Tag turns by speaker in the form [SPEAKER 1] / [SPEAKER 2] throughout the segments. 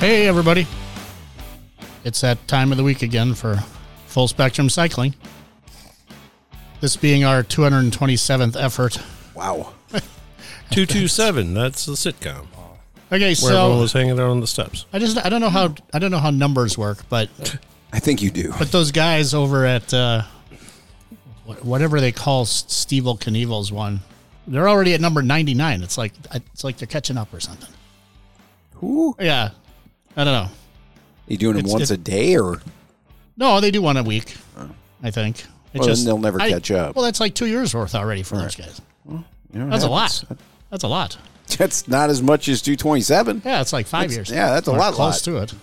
[SPEAKER 1] Hey, everybody. It's that time of the week again for full spectrum cycling. This being our 227th effort.
[SPEAKER 2] Wow.
[SPEAKER 3] 227, that's the sitcom
[SPEAKER 1] Okay,
[SPEAKER 3] where everyone
[SPEAKER 1] so
[SPEAKER 3] was hanging out on the steps.
[SPEAKER 1] I just I don't know how I don't know how numbers work, but
[SPEAKER 2] I think you do.
[SPEAKER 1] but those guys over at uh, wh- whatever they call S- Steve Knievel's one, they're already at number 99. It's like it's like they're catching up or something.
[SPEAKER 2] Who?
[SPEAKER 1] Yeah. I don't know.
[SPEAKER 2] You doing them
[SPEAKER 1] It's-
[SPEAKER 2] once
[SPEAKER 1] it's-
[SPEAKER 2] a day or
[SPEAKER 1] No, they do one a week, I think. It
[SPEAKER 2] Well, then they'll never
[SPEAKER 1] I-
[SPEAKER 2] catch up.
[SPEAKER 1] Well, that's like two years worth already for those guys. That's a lot.
[SPEAKER 2] uh,
[SPEAKER 1] That's a lot.
[SPEAKER 2] That's not as much as 227.
[SPEAKER 1] Yeah, it's like five
[SPEAKER 2] That's-
[SPEAKER 1] years.
[SPEAKER 2] yeah, that's a
[SPEAKER 1] Or
[SPEAKER 2] lot,
[SPEAKER 1] Close
[SPEAKER 2] lot.
[SPEAKER 1] to it.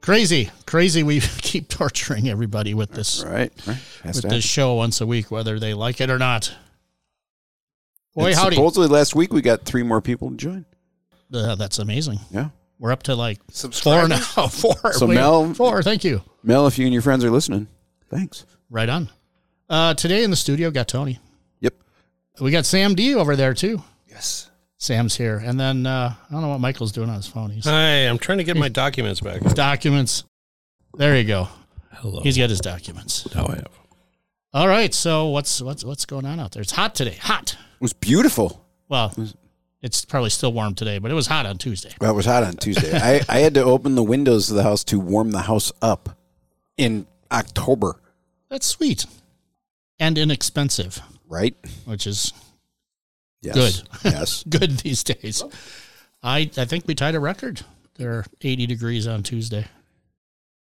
[SPEAKER 1] Crazy, crazy. We keep torturing everybody with this
[SPEAKER 2] Right. right. Has
[SPEAKER 1] with this
[SPEAKER 2] to happen.
[SPEAKER 1] show once a week, whether they like it or not. Boy,
[SPEAKER 2] And
[SPEAKER 1] howdy!
[SPEAKER 2] Supposedly last week we got three more people to join.
[SPEAKER 1] Uh, that's amazing.
[SPEAKER 2] Yeah.
[SPEAKER 1] We're up to like four now. Four.
[SPEAKER 2] So
[SPEAKER 1] We-
[SPEAKER 2] Mel-
[SPEAKER 1] four. Thank you.
[SPEAKER 2] Mel, if you and your friends are listening, thanks.
[SPEAKER 1] Right on. Uh, today in the studio, got Tony.
[SPEAKER 2] Yep.
[SPEAKER 1] We got Sam D over there too.
[SPEAKER 2] Yes.
[SPEAKER 1] Sam's here, and then uh, I don't know what Michael's doing on his phone. He's
[SPEAKER 3] Hi, I'm trying to get my documents back.
[SPEAKER 1] documents. There you go.
[SPEAKER 3] Hello.
[SPEAKER 1] He's got his documents.
[SPEAKER 3] now Oh, I have.
[SPEAKER 1] All right. So what's what's what's going on out there? It's hot today. Hot.
[SPEAKER 2] It was beautiful.
[SPEAKER 1] Well, it's probably still warm today, but it was hot on Tuesday.
[SPEAKER 2] Well, it was hot on Tuesday. I, I had to open the windows of the house to warm the house up in October,
[SPEAKER 1] That's sweet and inexpensive,
[SPEAKER 2] right?
[SPEAKER 1] which is
[SPEAKER 2] Yes. Good. Yes.
[SPEAKER 1] good these days. I I think we tied a record. There are 80 degrees on Tuesday.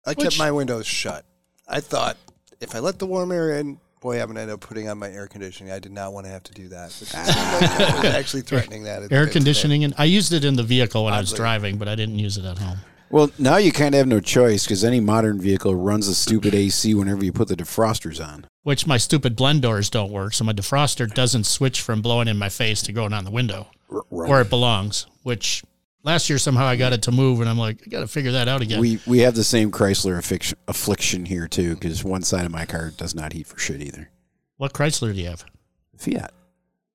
[SPEAKER 4] I
[SPEAKER 1] Which-
[SPEAKER 4] kept my windows shut. I thought if I let the warm air in, boy, I'm gonna end up putting on my air conditioning. I did not want to have to do that. It seemed like I was actually threatening that at the
[SPEAKER 1] Air
[SPEAKER 4] end today.
[SPEAKER 1] conditioning, and I used it in the vehicle when I was
[SPEAKER 4] Oddly.
[SPEAKER 1] driving, but I didn't use it at home.
[SPEAKER 2] Well, now you kind of have no choice because any modern vehicle runs a stupid AC whenever you put the defrosters on.
[SPEAKER 1] Which my stupid blend doors don't work, so my defroster doesn't switch from blowing in my face to going on the window.
[SPEAKER 2] R- right.
[SPEAKER 1] where it belongs. Which last year somehow I got it to move, and I'm like, I got to figure that out again.
[SPEAKER 2] We we have the same Chrysler affliction, affliction here too, because one side of my car does not heat for shit either.
[SPEAKER 1] what Chrysler do you have?
[SPEAKER 2] Fiat.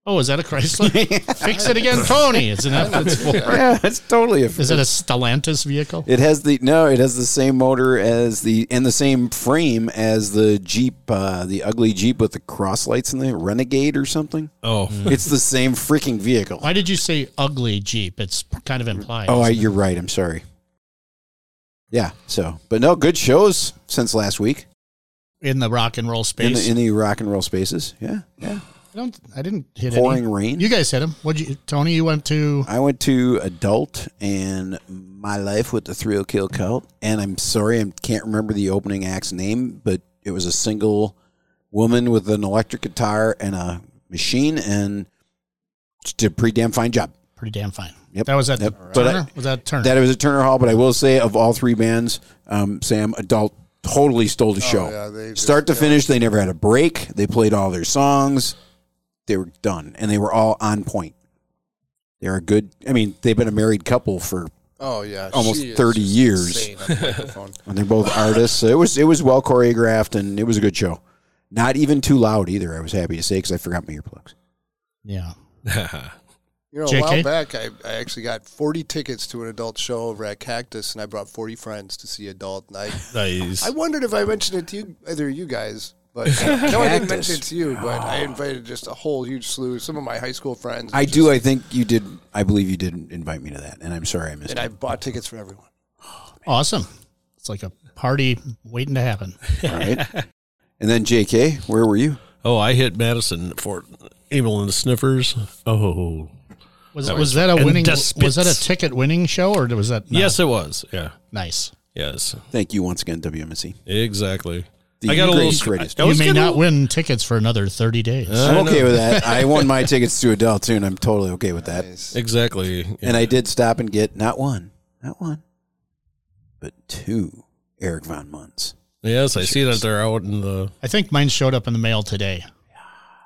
[SPEAKER 1] Oh, is that a Chrysler? Fix it again, Tony. It's an F. It's four.
[SPEAKER 2] Yeah, it's totally a.
[SPEAKER 1] Is it a Stellantis vehicle?
[SPEAKER 2] It has the no. It has the same motor as the and the same frame as the Jeep, uh, the ugly Jeep with the cross lights in the Renegade or something.
[SPEAKER 3] Oh,
[SPEAKER 2] It's the same freaking vehicle.
[SPEAKER 1] Why did you say ugly Jeep? It's kind of implied.
[SPEAKER 2] Oh, I, you're right. I'm sorry. Yeah. So, but no, good shows since last week
[SPEAKER 1] in the rock and roll
[SPEAKER 2] in
[SPEAKER 1] space.
[SPEAKER 2] the, in the rock and roll spaces. Yeah, yeah.
[SPEAKER 1] I don't. I didn't hit
[SPEAKER 2] Pouring
[SPEAKER 1] any.
[SPEAKER 2] rain.
[SPEAKER 1] You guys hit him. Would you, Tony? You went to.
[SPEAKER 2] I went to Adult and My Life with the Thrill Kill Cult, and I'm sorry I can't remember the opening act's name, but it was a single woman with an electric guitar and a machine, and she did a pretty damn fine job.
[SPEAKER 1] Pretty damn fine.
[SPEAKER 2] Yep.
[SPEAKER 1] That was at
[SPEAKER 2] Yep.
[SPEAKER 1] the
[SPEAKER 2] But I-
[SPEAKER 1] Turner. was that Turner?
[SPEAKER 2] That it was a Turner Hall, but I will say of all three bands, um, Sam Adult totally stole the show.
[SPEAKER 4] Oh, yeah, they just
[SPEAKER 2] Start to finish, they never had a break. They played all their songs. They were done, and they were all on point. They're a good. I mean, they've been a married couple for
[SPEAKER 4] Oh yeah,
[SPEAKER 2] almost
[SPEAKER 4] she is
[SPEAKER 2] 30
[SPEAKER 4] just
[SPEAKER 2] years.
[SPEAKER 4] insane on the microphone.
[SPEAKER 2] and they're both artists. So it was it was well choreographed and it was a good show. Not even too loud either. I was happy to say because I forgot my earplugs.
[SPEAKER 1] yeah.
[SPEAKER 4] You know,
[SPEAKER 1] JK?
[SPEAKER 4] a while back, I, I actually got 40 tickets to an adult show over at Cactus, and I brought 40 friends to see Adult, and I
[SPEAKER 3] nice.
[SPEAKER 4] I wondered if I mentioned it to you, either of you guys, but no, I didn't mention it to you. But I invited just a whole huge slew, some of my high school friends.
[SPEAKER 2] I do. I think you did. I believe you did invite me to that, and I'm sorry I missed
[SPEAKER 4] and
[SPEAKER 2] it.
[SPEAKER 4] I bought tickets for everyone.
[SPEAKER 1] Awesome. It's like a party waiting to happen.
[SPEAKER 2] All right. And then J.K., where were you?
[SPEAKER 3] Oh, I hit Madison for Evil and the Sniffers. Oh,
[SPEAKER 1] Was
[SPEAKER 3] That
[SPEAKER 1] was
[SPEAKER 3] was-
[SPEAKER 1] that a
[SPEAKER 3] and
[SPEAKER 1] winning? Was
[SPEAKER 3] despots.
[SPEAKER 1] that a ticket winning show or was that not?
[SPEAKER 3] yes, it was. Yeah,
[SPEAKER 1] Nice.
[SPEAKER 3] yes,
[SPEAKER 2] Thank you once again, WMSC.
[SPEAKER 3] exactly.
[SPEAKER 2] The
[SPEAKER 3] I got a little.
[SPEAKER 2] greatest radio
[SPEAKER 3] I
[SPEAKER 1] You
[SPEAKER 3] was
[SPEAKER 1] may
[SPEAKER 3] getting a
[SPEAKER 1] not
[SPEAKER 3] little-
[SPEAKER 1] win tickets for another 30 days.
[SPEAKER 3] Uh,
[SPEAKER 2] I'm
[SPEAKER 3] I know.
[SPEAKER 2] okay with that. I won my tickets to Adele too, and I'm totally okay with that.
[SPEAKER 3] Exactly.
[SPEAKER 2] And I did stop and get not one, not one, but two Eric Von Munns.
[SPEAKER 3] yes, I see that they're out in the.
[SPEAKER 1] I think mine showed up in the mail today.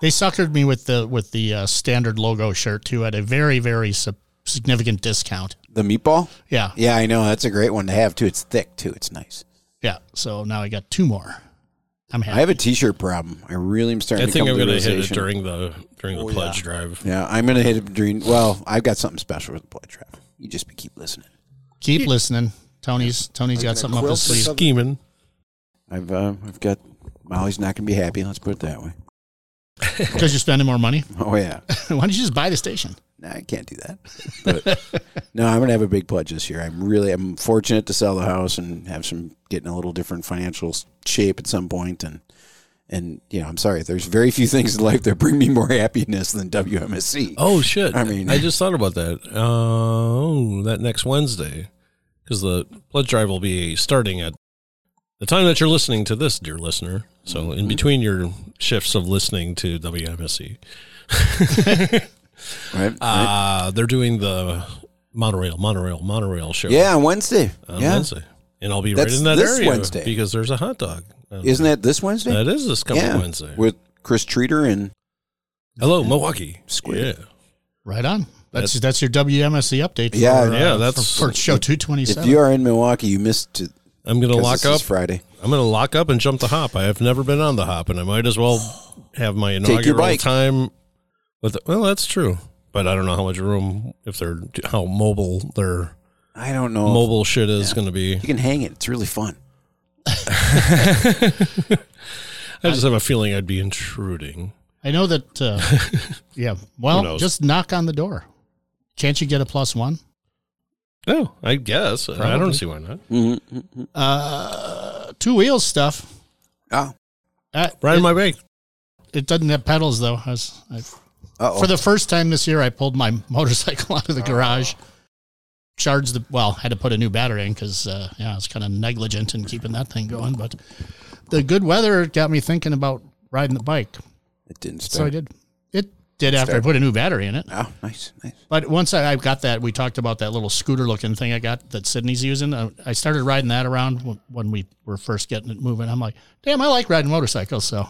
[SPEAKER 1] They suckered me with the with the uh, standard logo shirt too at a very very su- significant discount.
[SPEAKER 2] The meatball.
[SPEAKER 1] Yeah. yeah.
[SPEAKER 2] Yeah, I know. That's a great one to have too. It's thick too. It's nice.
[SPEAKER 1] So now I got two more. I'm happy.
[SPEAKER 2] I have a t-shirt problem. I really am starting
[SPEAKER 3] I
[SPEAKER 2] to
[SPEAKER 3] think
[SPEAKER 2] come
[SPEAKER 3] I'm
[SPEAKER 2] to
[SPEAKER 3] going
[SPEAKER 2] the
[SPEAKER 3] to hit
[SPEAKER 2] realization.
[SPEAKER 3] it during the during
[SPEAKER 1] Oh,
[SPEAKER 3] the pledge drive.
[SPEAKER 2] Yeah, I'm going to hit it during. Well, I've got something special with the blood trap. You just be- keep listening.
[SPEAKER 1] Keep listening. Tony's Tony's got
[SPEAKER 4] Like in a
[SPEAKER 1] something up
[SPEAKER 4] quilt or
[SPEAKER 1] his sleeve.
[SPEAKER 4] something?
[SPEAKER 3] Scheming.
[SPEAKER 2] I've uh, I've got Molly's not going to be happy. Let's put it that way.
[SPEAKER 1] Because you're spending more money.
[SPEAKER 2] Oh yeah,
[SPEAKER 1] Why don't you just buy the station?
[SPEAKER 2] no, I can't do that. But no, I'm going to have a big pledge this year. I'm really I'm fortunate to sell the house and have some get in a little different financial shape at some point and. And you know, I'm sorry. There's very few things in life that bring me more happiness than WMSC.
[SPEAKER 3] Oh shit!
[SPEAKER 2] I mean-
[SPEAKER 3] I just thought about that. Uh, oh, that next Wednesday, because the blood drive will be starting at the time that you're listening to this, dear listener. So
[SPEAKER 2] Mm-hmm.
[SPEAKER 3] in between your shifts of listening to WMSC,
[SPEAKER 2] right? Right?
[SPEAKER 3] uh, they're doing the monorail, monorail, monorail show.
[SPEAKER 2] yeah, on Wednesday.
[SPEAKER 3] on
[SPEAKER 2] yeah,
[SPEAKER 3] Uh, Wednesday, and I'll be
[SPEAKER 2] That's
[SPEAKER 3] right in that
[SPEAKER 2] this
[SPEAKER 3] area
[SPEAKER 2] Wednesday.
[SPEAKER 3] because there's a hot dog. Um,
[SPEAKER 2] isn't that this Wednesday?
[SPEAKER 3] that is this coming
[SPEAKER 2] yeah,
[SPEAKER 3] Wednesday?
[SPEAKER 2] with Chris Treater and
[SPEAKER 3] Hello, Milwaukee.
[SPEAKER 2] Squid.
[SPEAKER 3] Yeah,
[SPEAKER 1] Right on. That's that's your WMSC E update.
[SPEAKER 2] Yeah,
[SPEAKER 1] for,
[SPEAKER 3] yeah,
[SPEAKER 1] for-
[SPEAKER 3] that's-
[SPEAKER 1] for, show two twenty
[SPEAKER 2] if
[SPEAKER 1] seven.
[SPEAKER 2] you are in Milwaukee, you missed it.
[SPEAKER 3] I'm gonna
[SPEAKER 2] 'cause
[SPEAKER 3] lock
[SPEAKER 2] this is
[SPEAKER 3] up.
[SPEAKER 2] Friday.
[SPEAKER 3] I'm going to lock up and jump the hop. I have never been on the hop, and I might as well have my
[SPEAKER 2] your
[SPEAKER 3] inaugural
[SPEAKER 2] bike.
[SPEAKER 3] time. With well, that's true, but I don't know how much room if they're how mobile their
[SPEAKER 2] I don't know.
[SPEAKER 3] mobile shit is going to be.
[SPEAKER 2] You can hang it. It's really fun.
[SPEAKER 3] I just have a feeling I'd be intruding.
[SPEAKER 1] I know that. Uh, yeah. Well,
[SPEAKER 3] knows?
[SPEAKER 1] just knock on the door. Can't you get a plus one?
[SPEAKER 3] Oh, I guess I don't see why not.
[SPEAKER 2] Mm-hmm.
[SPEAKER 1] Uh, two wheels stuff.
[SPEAKER 2] Oh,
[SPEAKER 1] Uh,
[SPEAKER 3] Right
[SPEAKER 1] it,
[SPEAKER 3] in my bag.
[SPEAKER 1] it doesn't have pedals though. I was, I,
[SPEAKER 2] uh
[SPEAKER 1] for the first time this year, I pulled my motorcycle out of the garage. Charged the well, had to put a new battery in because uh, yeah, I was kind of negligent in keeping that thing going. But the good weather got me thinking about riding the bike,
[SPEAKER 2] it didn't
[SPEAKER 1] so
[SPEAKER 2] start.
[SPEAKER 1] I did. It did after I put a new battery in it.
[SPEAKER 2] Oh, nice, nice.
[SPEAKER 1] But once I, I got that, we talked about that little scooter looking thing I got that Sydney's using. I, I started riding that around when- when we were first getting it moving. I'm like, damn, I like riding motorcycles. So,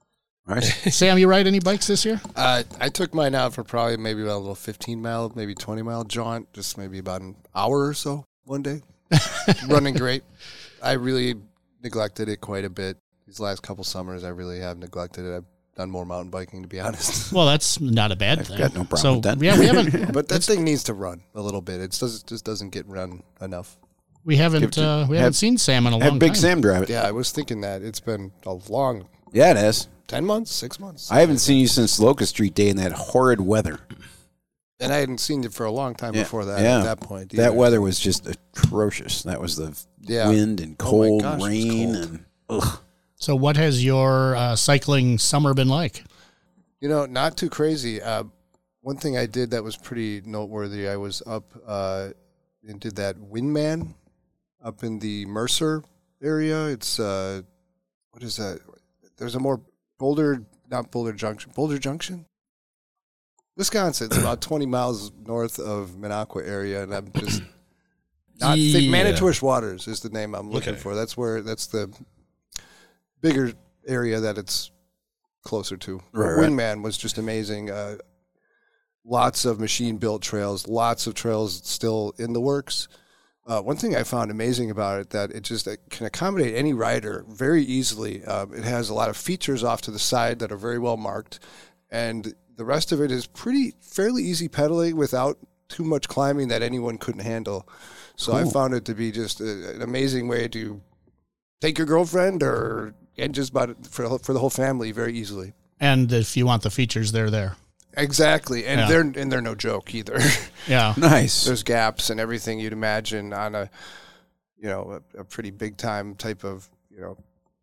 [SPEAKER 2] Nice.
[SPEAKER 1] Sam, you ride any bikes this year?
[SPEAKER 4] Uh, I took mine out for probably maybe about a little 15 mile, maybe 20 mile jaunt, just maybe about an hour or so one day. Running great. I really neglected it quite a bit. These last couple summers, I really have neglected it. I've done more mountain biking, to be honest.
[SPEAKER 1] Well, that's not a bad thing.
[SPEAKER 2] got no problem
[SPEAKER 1] so,
[SPEAKER 2] with that.
[SPEAKER 1] yeah, we haven't
[SPEAKER 4] but that thing needs to run a little bit. It just, just doesn't get run enough.
[SPEAKER 1] we haven't
[SPEAKER 2] Give it
[SPEAKER 1] uh, we
[SPEAKER 2] have-
[SPEAKER 1] haven't seen Sam in a long
[SPEAKER 2] Had Big
[SPEAKER 1] time.
[SPEAKER 2] Sam drive it. Yeah.
[SPEAKER 4] Yeah, I was thinking that. It's been a long
[SPEAKER 2] it is.
[SPEAKER 4] 10 months, six months.
[SPEAKER 2] I haven't seen you since Locust Street Day in that horrid weather.
[SPEAKER 4] and I hadn't seen you for a long time before that
[SPEAKER 2] yeah.
[SPEAKER 4] at that point. either.
[SPEAKER 2] That weather was just atrocious. That was the
[SPEAKER 4] Yeah.
[SPEAKER 2] wind and
[SPEAKER 4] Oh my
[SPEAKER 2] cold,
[SPEAKER 4] gosh, it was
[SPEAKER 2] rain,
[SPEAKER 4] cold.
[SPEAKER 2] and ugh.
[SPEAKER 1] So, what has your uh, cycling summer been like?
[SPEAKER 4] You know, not too crazy. Uh, one thing I did that was pretty noteworthy. I was up uh, and did that windman up in the Mercer area. It's uh, what is that? There's a more Boulder, not Boulder Junction, Boulder Junction, Wisconsin. It's about 20 miles north of Minocqua area, and I'm just not
[SPEAKER 3] Yeah.
[SPEAKER 4] think Manitouish Waters is the name I'm looking
[SPEAKER 3] Okay.
[SPEAKER 4] for. That's where that's the bigger area that it's closer to.
[SPEAKER 2] Right,
[SPEAKER 4] But
[SPEAKER 2] right.
[SPEAKER 4] Windman was just amazing. Uh, lots of machine built trails, lots of trails still in the works. Uh, one thing I found amazing about it that it just it can accommodate any rider very easily. Um, it has a lot of features off to the side that are very well marked, and the rest of it is pretty fairly easy pedaling without too much climbing that anyone couldn't handle. So I found it to be just a, an amazing way to take your girlfriend or and just about for for the whole family very easily.
[SPEAKER 1] And if you want the features, they're there.
[SPEAKER 4] Exactly, and
[SPEAKER 1] Yeah.
[SPEAKER 4] they're and they're no joke either.
[SPEAKER 1] Yeah,
[SPEAKER 2] nice.
[SPEAKER 4] There's gaps and everything you'd imagine on a you know a, a pretty big time type of you know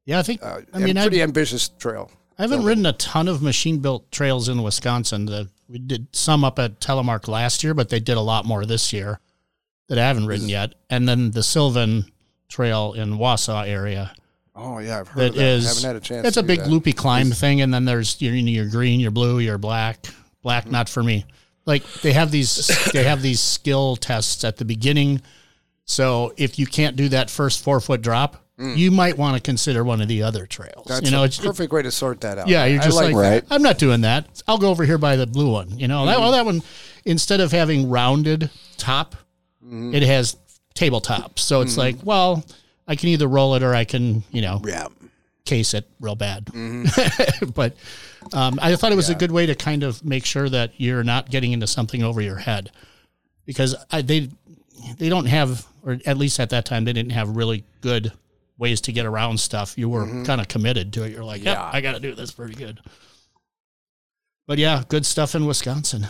[SPEAKER 1] yeah. I think
[SPEAKER 4] uh,
[SPEAKER 1] I mean I,
[SPEAKER 4] pretty ambitious trail.
[SPEAKER 1] I haven't ridden a ton of machine built trails in Wisconsin. The, we did some up at Telemark last year, but they did a lot more this year that I haven't ridden yet. And then the Sylvan Trail in Wausau area.
[SPEAKER 4] Oh yeah, I've heard
[SPEAKER 1] That
[SPEAKER 4] of that.
[SPEAKER 1] is,
[SPEAKER 4] haven't had a chance.
[SPEAKER 1] It's
[SPEAKER 4] to
[SPEAKER 1] a
[SPEAKER 4] do
[SPEAKER 1] big
[SPEAKER 4] that.
[SPEAKER 1] loopy climb thing, and then there's your your green, your blue, your black. Black, not for me. Like they have these, they have these skill tests at the beginning. So if you can't do that first four foot drop, you might want to consider one of the other trails.
[SPEAKER 4] Mm. That's
[SPEAKER 1] you know,
[SPEAKER 4] a
[SPEAKER 1] it's
[SPEAKER 4] perfect way to sort that out.
[SPEAKER 1] yeah, you're
[SPEAKER 4] I
[SPEAKER 1] just like,
[SPEAKER 2] Right.
[SPEAKER 1] I'm not doing that. I'll go over here by the blue one. You know, that, well, that one, instead of having rounded top,
[SPEAKER 4] Mm-hmm.
[SPEAKER 1] it has tabletop. So it's like, well, I can either roll it or I can, you know,
[SPEAKER 2] yeah.
[SPEAKER 1] case it real bad. but um, I thought it was a good way to kind of make sure that you're not getting into something over your head because I, they they don't have, or at least at that time, they didn't have really good ways to get around stuff. You were kind of committed to it. You're like, yeah,
[SPEAKER 2] Yeah.
[SPEAKER 1] I got to do this pretty good. But yeah, good stuff in Wisconsin.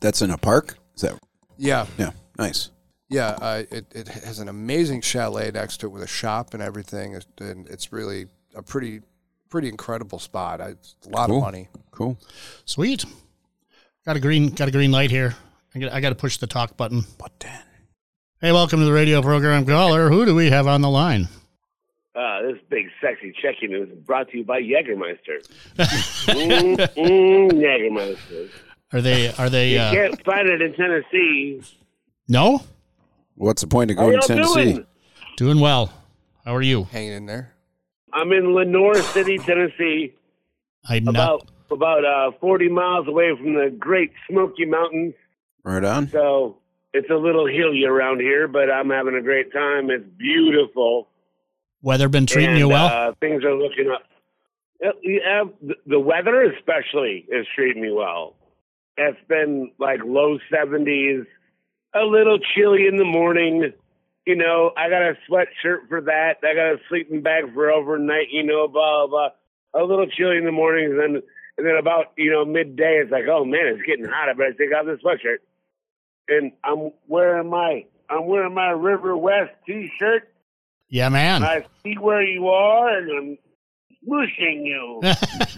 [SPEAKER 2] That's in a park. Is that
[SPEAKER 4] Yeah,
[SPEAKER 2] yeah? Nice.
[SPEAKER 4] yeah. Uh, it it has an amazing chalet next to it with a shop and everything, and it's really a pretty pretty incredible spot. I, it's a lot
[SPEAKER 2] Cool.
[SPEAKER 4] of money.
[SPEAKER 2] Cool.
[SPEAKER 1] Sweet. Got a green, got a green light here. I got, I got to push the talk button.
[SPEAKER 2] But then
[SPEAKER 1] Hey, welcome to the radio program, caller. Who do we have on the line?
[SPEAKER 5] Uh, this big sexy check-in is brought to you by Jägermeister. mm, mm, Jägermeister.
[SPEAKER 1] Are they? Are they?
[SPEAKER 5] You
[SPEAKER 1] Uh,
[SPEAKER 5] can't find it in Tennessee.
[SPEAKER 1] no,
[SPEAKER 2] what's the point of
[SPEAKER 5] How
[SPEAKER 2] going
[SPEAKER 5] y'all
[SPEAKER 2] to Tennessee?
[SPEAKER 5] doing?
[SPEAKER 1] doing well. How are you?
[SPEAKER 4] Hanging in there.
[SPEAKER 5] I'm in Lenore City, Tennessee,
[SPEAKER 1] I'm not.
[SPEAKER 5] about about uh, 40 miles away from the Great Smoky Mountains.
[SPEAKER 2] Right on.
[SPEAKER 5] So it's a little hilly around here, but I'm having a great time. It's beautiful.
[SPEAKER 1] Weather been treating
[SPEAKER 5] And,
[SPEAKER 1] you well?
[SPEAKER 5] Uh, things are looking up. Uh, Yeah, th- the weather especially is treating me well. It's been like low 70s, a little chilly in the morning. You know, I got a sweatshirt for that. I got a sleeping bag for overnight, you know, blah, blah, blah. A little chilly in the mornings. And, and then about, you know, midday, it's like, oh man, it's getting hot. I better take off the sweatshirt. And I'm wearing my, I'm wearing my River West t-shirt
[SPEAKER 1] yeah, man.
[SPEAKER 5] I see where you are, and I'm smooshing you.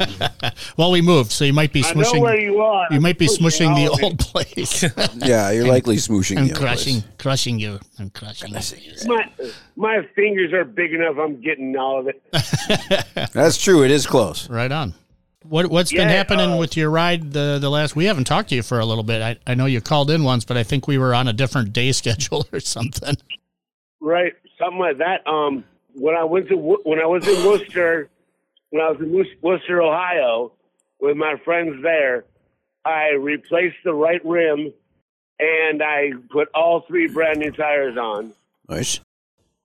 [SPEAKER 1] well, we moved, so you might be
[SPEAKER 5] I know
[SPEAKER 1] smushing.
[SPEAKER 5] where you are.
[SPEAKER 1] You might be smushing the
[SPEAKER 5] all of you.
[SPEAKER 1] old place.
[SPEAKER 2] Yeah, you're likely smooshing.
[SPEAKER 1] I'm
[SPEAKER 2] the other place.
[SPEAKER 1] crushing, crushing you. I'm crushing. you.
[SPEAKER 5] My, my fingers are big enough. I'm getting all of it.
[SPEAKER 2] That's true. It is close.
[SPEAKER 1] Right on. What what's been
[SPEAKER 5] Yeah,
[SPEAKER 1] happening
[SPEAKER 5] uh,
[SPEAKER 1] with your ride the the last? We haven't talked to you for a little bit. I I know you called in once, but I think we were on a different day schedule or something.
[SPEAKER 5] right? Something like that. Um, when I went to Wo- when I was in Worcester, when I was in Wo- Worcester, Ohio, with my friends there, I replaced the right rim, and I put all three brand new tires on.
[SPEAKER 2] Nice.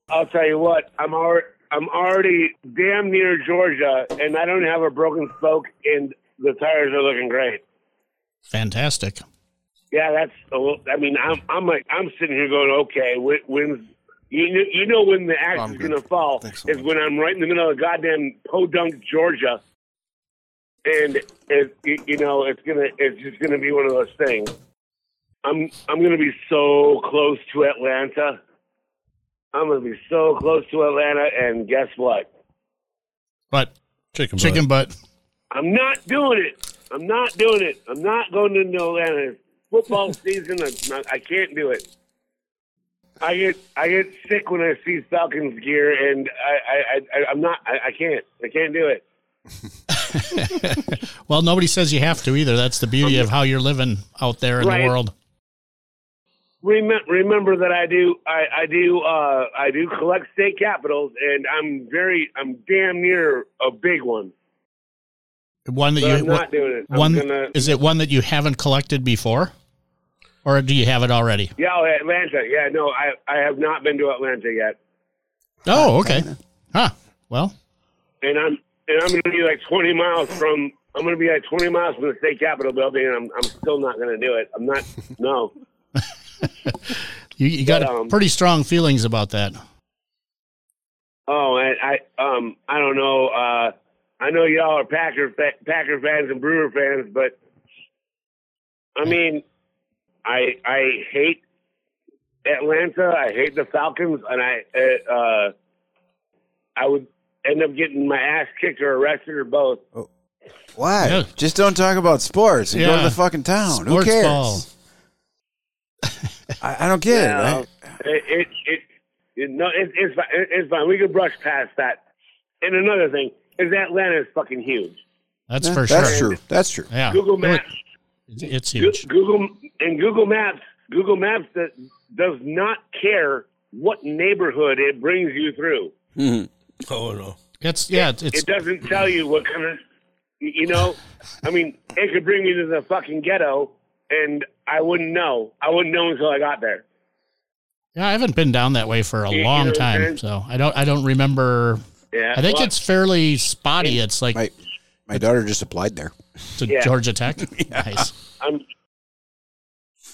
[SPEAKER 5] I'll tell you what, I'm already, I'm already damn near Georgia, and I don't have a broken spoke, and the tires are looking great.
[SPEAKER 1] Fantastic.
[SPEAKER 5] Yeah, that's. a little- I mean, I'm I'm like I'm sitting here going, okay, when, when's you know, you know when the axe
[SPEAKER 4] I'm
[SPEAKER 5] is
[SPEAKER 4] good.
[SPEAKER 5] going to fall
[SPEAKER 4] Thanks so
[SPEAKER 5] is
[SPEAKER 4] much.
[SPEAKER 5] when I'm right in the middle of goddamn Podunk, Georgia, and it, you you know it's gonna it's just gonna be one of those things. I'm I'm gonna be so close to Atlanta. I'm gonna be so close to Atlanta, and guess what?
[SPEAKER 1] But
[SPEAKER 3] Chicken,
[SPEAKER 1] chicken butt.
[SPEAKER 5] I'm not doing it. I'm not doing it. I'm not going to no Atlanta. It's Football season, I'm not- I can't do it. I get I get sick when I see Falcons gear, and I I, I I'm not I, I can't I can't do it.
[SPEAKER 1] Well, nobody says you have to either. That's the beauty of how you're living out there in
[SPEAKER 5] Right.
[SPEAKER 1] the world.
[SPEAKER 5] Remember, remember that I do I I do uh I do collect state capitals, and I'm very I'm damn near a big one.
[SPEAKER 1] One that
[SPEAKER 5] But
[SPEAKER 1] you
[SPEAKER 5] I'm not doing it. I'm
[SPEAKER 1] one
[SPEAKER 5] gonna
[SPEAKER 1] is it one that you haven't collected before, or do you have it already?
[SPEAKER 5] yeah oh, Atlanta yeah no I I have not been to Atlanta yet.
[SPEAKER 1] Oh, okay. Huh. Well,
[SPEAKER 5] and I'm and I'm going to be like 20 miles from I'm going to be like 20 miles from the state capitol building, and I'm I'm still not going to do it. I'm not no.
[SPEAKER 1] you, you got
[SPEAKER 5] But, um,
[SPEAKER 1] pretty strong feelings about that.
[SPEAKER 5] Oh, and I um I don't know. Uh, I know y'all are Packer fa- Packer fans and Brewer fans, but I mean, I I hate Atlanta. I hate the Falcons, and I uh, uh I would end up getting my ass kicked or arrested or both.
[SPEAKER 2] Why?
[SPEAKER 1] Yeah.
[SPEAKER 2] Just don't talk about sports and go
[SPEAKER 1] Yeah.
[SPEAKER 2] to the fucking town. Who
[SPEAKER 1] Sports
[SPEAKER 2] cares?
[SPEAKER 1] ball.
[SPEAKER 2] I, I don't get
[SPEAKER 5] Yeah.
[SPEAKER 2] it. I,
[SPEAKER 5] it, it, it, it no, it, it's fine. It, it's fine. We can brush past that. And another thing is Atlanta is fucking huge.
[SPEAKER 1] That's
[SPEAKER 2] Yeah,
[SPEAKER 1] for
[SPEAKER 2] that's
[SPEAKER 1] sure.
[SPEAKER 2] true. That's true.
[SPEAKER 1] Yeah.
[SPEAKER 5] Google Maps,
[SPEAKER 1] It's- It's
[SPEAKER 5] Goo-
[SPEAKER 1] huge.
[SPEAKER 5] Google and Google Maps, Google Maps that does not care what neighborhood it brings you through.
[SPEAKER 3] Oh no.
[SPEAKER 1] It's yeah. It's, it's
[SPEAKER 5] It doesn't tell you what kind of, you know, I mean, it could bring me to the fucking ghetto, and I wouldn't know. I wouldn't know until I got there.
[SPEAKER 1] yeah. I haven't been down that way for a
[SPEAKER 5] You- you know
[SPEAKER 1] long
[SPEAKER 5] what
[SPEAKER 1] time,
[SPEAKER 5] I'm saying?
[SPEAKER 1] so I don't. I don't remember.
[SPEAKER 5] Yeah,
[SPEAKER 1] I think
[SPEAKER 5] well,
[SPEAKER 1] it's fairly spotty. It's like
[SPEAKER 2] My my daughter just applied there.
[SPEAKER 1] to
[SPEAKER 5] yeah.
[SPEAKER 1] Georgia Tech. Nice.
[SPEAKER 5] I'm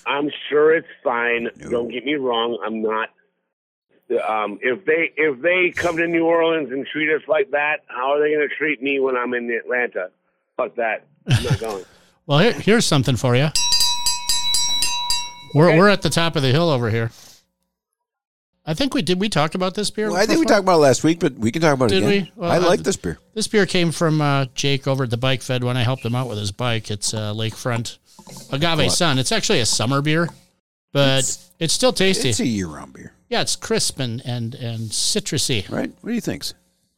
[SPEAKER 5] I'm sure it's fine.
[SPEAKER 2] No.
[SPEAKER 5] Don't get me wrong. I'm not. Um, if they if they come to New Orleans and treat us like that, how are they going to treat me when I'm in Atlanta? Fuck that. I'm not going.
[SPEAKER 1] Well, here, here's something for you. We're, we're at the top of the hill over here. I think we did. We talk about this beer.
[SPEAKER 2] Well, I think we
[SPEAKER 1] before?
[SPEAKER 2] talked about it last week, but we can talk about it
[SPEAKER 1] Did
[SPEAKER 2] again.
[SPEAKER 1] we? Well,
[SPEAKER 2] I like
[SPEAKER 1] I-
[SPEAKER 2] this beer.
[SPEAKER 1] This beer came from uh, Jake over at the Bike Fed when I helped him out with his bike. It's uh, Lakefront Agave Sun. It's actually a summer beer, but it's, still tasty.
[SPEAKER 2] It's a year-round beer,
[SPEAKER 1] yeah, it's crisp and, and, and citrusy,
[SPEAKER 2] right? What do you think? It's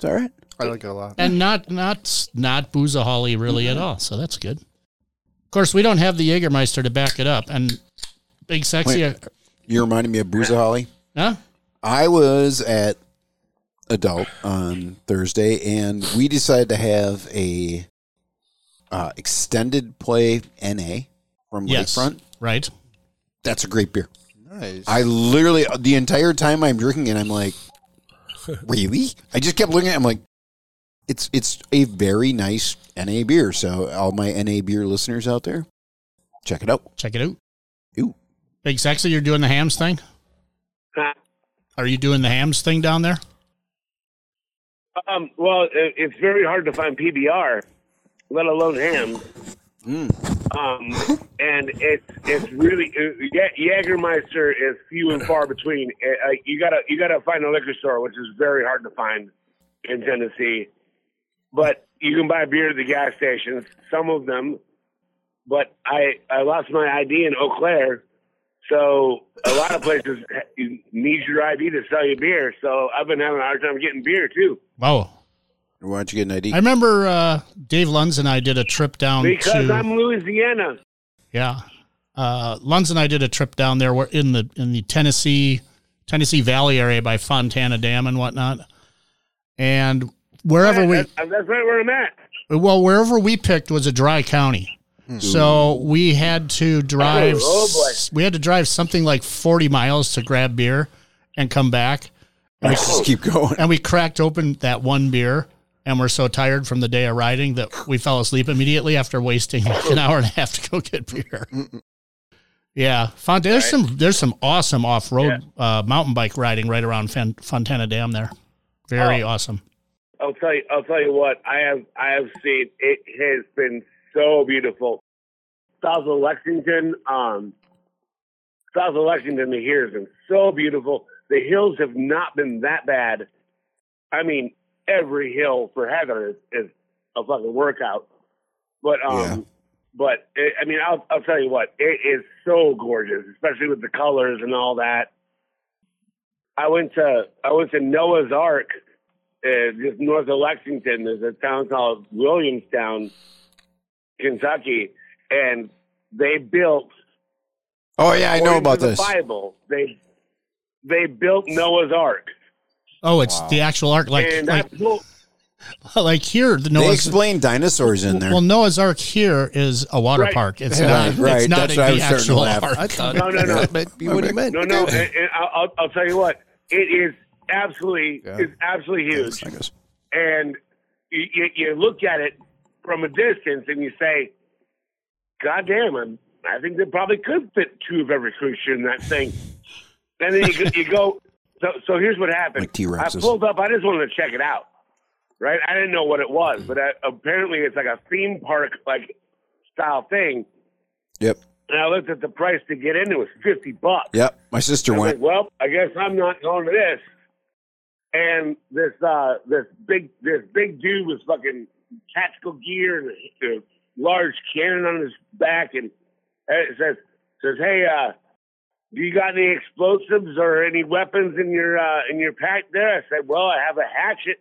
[SPEAKER 2] all right.
[SPEAKER 4] I like it a lot.
[SPEAKER 1] and not not not boozaholly really
[SPEAKER 2] Mm-hmm.
[SPEAKER 1] at all. So that's good. Of course, we don't have the Jägermeister to back it up, and Big Sexy. uh,
[SPEAKER 2] Wait. You reminded me of Booza Holly.
[SPEAKER 1] Huh?
[SPEAKER 2] I was at Adult on Thursday, and we decided to have a uh, extended play NA from
[SPEAKER 1] Yes.
[SPEAKER 2] Lakefront.
[SPEAKER 1] Right.
[SPEAKER 2] That's a great beer.
[SPEAKER 4] Nice.
[SPEAKER 2] I literally the entire time I'm drinking it, I'm like, really? I just kept looking at. it. I'm like, it's it's a very nice NA beer. So all my NA beer listeners out there, check it out.
[SPEAKER 1] Check it out.
[SPEAKER 2] Ooh.
[SPEAKER 1] Big Sexy, you're doing the hams thing. Are you doing the hams thing down there?
[SPEAKER 5] Um, well, it, it's very hard to find PBR, let alone ham. Um, and it's it's really uh, Jägermeister is few and far between. Uh, uh, you gotta you gotta find a liquor store, which is very hard to find in Tennessee. But you can buy beer at the gas stations, some of them. But I I lost my ID in Eau Claire, so a lot of places you need your ID to sell you beer. So I've been having a hard time getting beer too.
[SPEAKER 1] Wow.
[SPEAKER 2] Why don't you get an ID?
[SPEAKER 1] I remember uh, Dave Lunds and I did a trip down
[SPEAKER 5] Because
[SPEAKER 1] to
[SPEAKER 5] I'm Louisiana.
[SPEAKER 1] yeah. Uh, Lunds and I did a trip down there. We're in the in the Tennessee Tennessee Valley area by Fontana Dam and whatnot, and wherever we
[SPEAKER 5] That- that's right where I'm at.
[SPEAKER 1] well wherever we picked was a dry county, so we had to drive
[SPEAKER 5] Oh, oh boy.
[SPEAKER 1] s- we had to drive something like forty miles to grab beer and come back,
[SPEAKER 2] I just keep going.
[SPEAKER 1] and we cracked open that one beer and we're so tired from the day of riding that we fell asleep immediately after wasting like an hour and a half to go get beer. Yeah, Font- there's some there's some awesome off road uh, mountain bike riding right around Fan- Fontana Dam there. Very
[SPEAKER 2] Oh.
[SPEAKER 1] awesome.
[SPEAKER 5] I'll tell you. I'll tell you what. I have. I have seen. It has been so beautiful. South of Lexington. Um, south of Lexington, the here has been so beautiful. The hills have not been that bad. I mean, every hill for Heather is, is a fucking workout. But um,
[SPEAKER 2] Yeah.
[SPEAKER 5] but it, I mean, I'll I'll tell you what. It is so gorgeous, especially with the colors and all that. I went to I went to Noah's Ark uh, just north of Lexington, there's a town called Williamstown, Kentucky, and they built.
[SPEAKER 2] Oh yeah, I know
[SPEAKER 5] according to
[SPEAKER 2] about
[SPEAKER 5] the
[SPEAKER 2] this.
[SPEAKER 5] Bible. They they built Noah's Ark,
[SPEAKER 1] Oh, it's the actual ark like
[SPEAKER 5] and
[SPEAKER 1] like,
[SPEAKER 5] that's cool.
[SPEAKER 1] like here the
[SPEAKER 2] They
[SPEAKER 1] Noah's
[SPEAKER 2] explain dinosaurs in there.
[SPEAKER 1] well Noah's Ark here is a water
[SPEAKER 5] Right.
[SPEAKER 1] park. It's
[SPEAKER 2] Yeah,
[SPEAKER 1] not
[SPEAKER 2] right.
[SPEAKER 1] it's not
[SPEAKER 2] That's
[SPEAKER 1] a,
[SPEAKER 2] what I
[SPEAKER 1] the
[SPEAKER 2] was starting to
[SPEAKER 1] actual
[SPEAKER 2] laugh.
[SPEAKER 1] ark.
[SPEAKER 4] I thought
[SPEAKER 5] No, no, no.
[SPEAKER 4] that might be what he meant.
[SPEAKER 5] No, no, and, and I'll, I'll- I'll tell you what. It is absolutely
[SPEAKER 4] Yeah.
[SPEAKER 5] it's absolutely huge,
[SPEAKER 2] I guess.
[SPEAKER 5] and you, you, you look at it from a distance and you say, "God damn, I'm, I think they probably could fit two of every creature in that thing." and then you, go- you go. So, so here's what happened.
[SPEAKER 2] Like T-Rexes.
[SPEAKER 5] I pulled up. I just wanted to check it out, right? I didn't know what it was, but I, apparently it's like a theme park like style thing.
[SPEAKER 2] Yep.
[SPEAKER 5] And I looked at the price to get in. It was fifty bucks.
[SPEAKER 2] Yep. My sister
[SPEAKER 5] I was
[SPEAKER 2] went.
[SPEAKER 5] like, well, I guess I'm not going to this. And this uh, this big this big dude was fucking tactical gear and a, a large cannon on his back, and and it says says, hey, uh, do you got any explosives or any weapons in your uh, in your pack there? I said, well, I have a hatchet.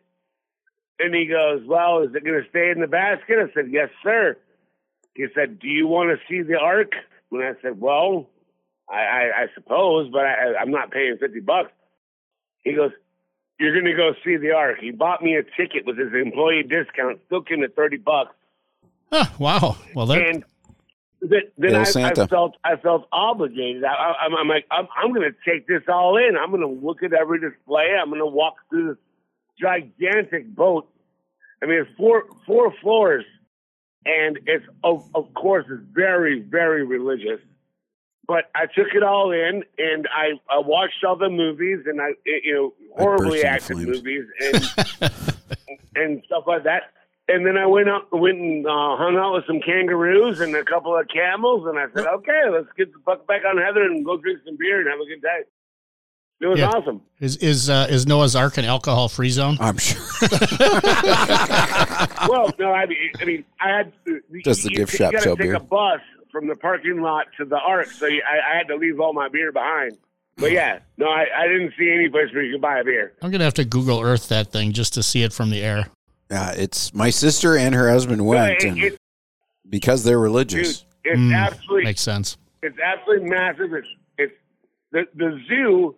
[SPEAKER 5] And he goes, well, is it going to stay in the basket? I said, yes, sir. He said, do you want to see the ark? And I said, well, I, I, I suppose, but I, I- I'm not paying 50 bucks. He goes, You're going to go see the Ark. He bought me a ticket with his employee discount, still came to 30 bucks.
[SPEAKER 1] Huh, ah, wow. Well, that,
[SPEAKER 5] And th- then
[SPEAKER 2] Little
[SPEAKER 5] I, I
[SPEAKER 2] Santa.
[SPEAKER 5] felt I felt obligated. I, I, I'm, I'm like, I'm, I'm going to take this all in. I'm going to look at every display. I'm going to walk through this gigantic boat. I mean, it's four four floors, and it's of, of course it's very very religious. but I took it all in and I, I watched all the movies and I you know horribly
[SPEAKER 2] into
[SPEAKER 5] acted
[SPEAKER 2] flames.
[SPEAKER 5] movies and and stuff like that. And then I went out went and uh, hung out with some kangaroos and a couple of camels and I said, okay, let's get the fuck back on Heather and go drink some beer and have a good day. It was
[SPEAKER 1] Yeah.
[SPEAKER 5] awesome.
[SPEAKER 1] Is is uh, is Noah's Ark an alcohol free zone?
[SPEAKER 2] I'm sure.
[SPEAKER 5] well, no, I mean, I mean, I had
[SPEAKER 2] Does the
[SPEAKER 5] you-
[SPEAKER 2] gift
[SPEAKER 5] you
[SPEAKER 2] shop
[SPEAKER 5] gotta
[SPEAKER 2] sell
[SPEAKER 5] take
[SPEAKER 2] beer?
[SPEAKER 5] a bus from the parking lot to the Ark, so you- I, I had to leave all my beer behind. But
[SPEAKER 2] Hmm.
[SPEAKER 5] yeah, no, I, I didn't see any place where you could buy a beer.
[SPEAKER 1] I'm gonna have to Google Earth that thing just to see it from the air.
[SPEAKER 2] Yeah, it's my sister and her husband went,
[SPEAKER 5] It-
[SPEAKER 2] and
[SPEAKER 5] it-
[SPEAKER 2] because they're
[SPEAKER 5] dude,
[SPEAKER 2] religious.
[SPEAKER 5] it's
[SPEAKER 1] Mm,
[SPEAKER 5] absolutely,
[SPEAKER 1] Makes sense.
[SPEAKER 5] it's absolutely massive. It's, it's the the zoo,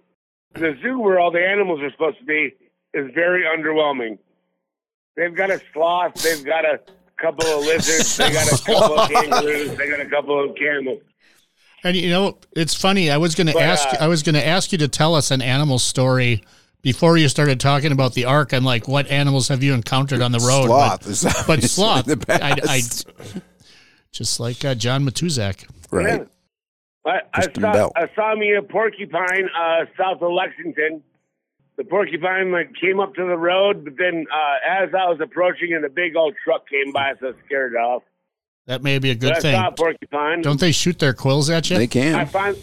[SPEAKER 5] the zoo where all the animals are supposed to be is very underwhelming. They've got a sloth. They've got a couple of lizards. They got a couple of kangaroos. They got a couple of camels.
[SPEAKER 1] And you know, it's funny. I was gonna
[SPEAKER 5] But,
[SPEAKER 1] ask.
[SPEAKER 5] uh,
[SPEAKER 1] I was gonna ask you to tell us an animal story before you started talking about the Ark. I'm like, what animals have you encountered on the road?
[SPEAKER 2] sloth is
[SPEAKER 1] But, but
[SPEAKER 2] obviously
[SPEAKER 1] sloth.
[SPEAKER 2] the
[SPEAKER 1] I, I,
[SPEAKER 2] best.
[SPEAKER 1] just like uh, John Matuzak.
[SPEAKER 2] right.
[SPEAKER 5] I, I
[SPEAKER 2] Kristen
[SPEAKER 5] saw
[SPEAKER 2] Bell.
[SPEAKER 5] I saw me a porcupine uh, south of Lexington. The porcupine like came up to the road, but then uh, as I was approaching, and a big old truck came by, so I scared it off.
[SPEAKER 1] That may be a good
[SPEAKER 5] But I
[SPEAKER 1] thing.
[SPEAKER 5] saw a porcupine.
[SPEAKER 1] Don't they shoot their quills at you?
[SPEAKER 2] They
[SPEAKER 5] I
[SPEAKER 2] can.
[SPEAKER 5] find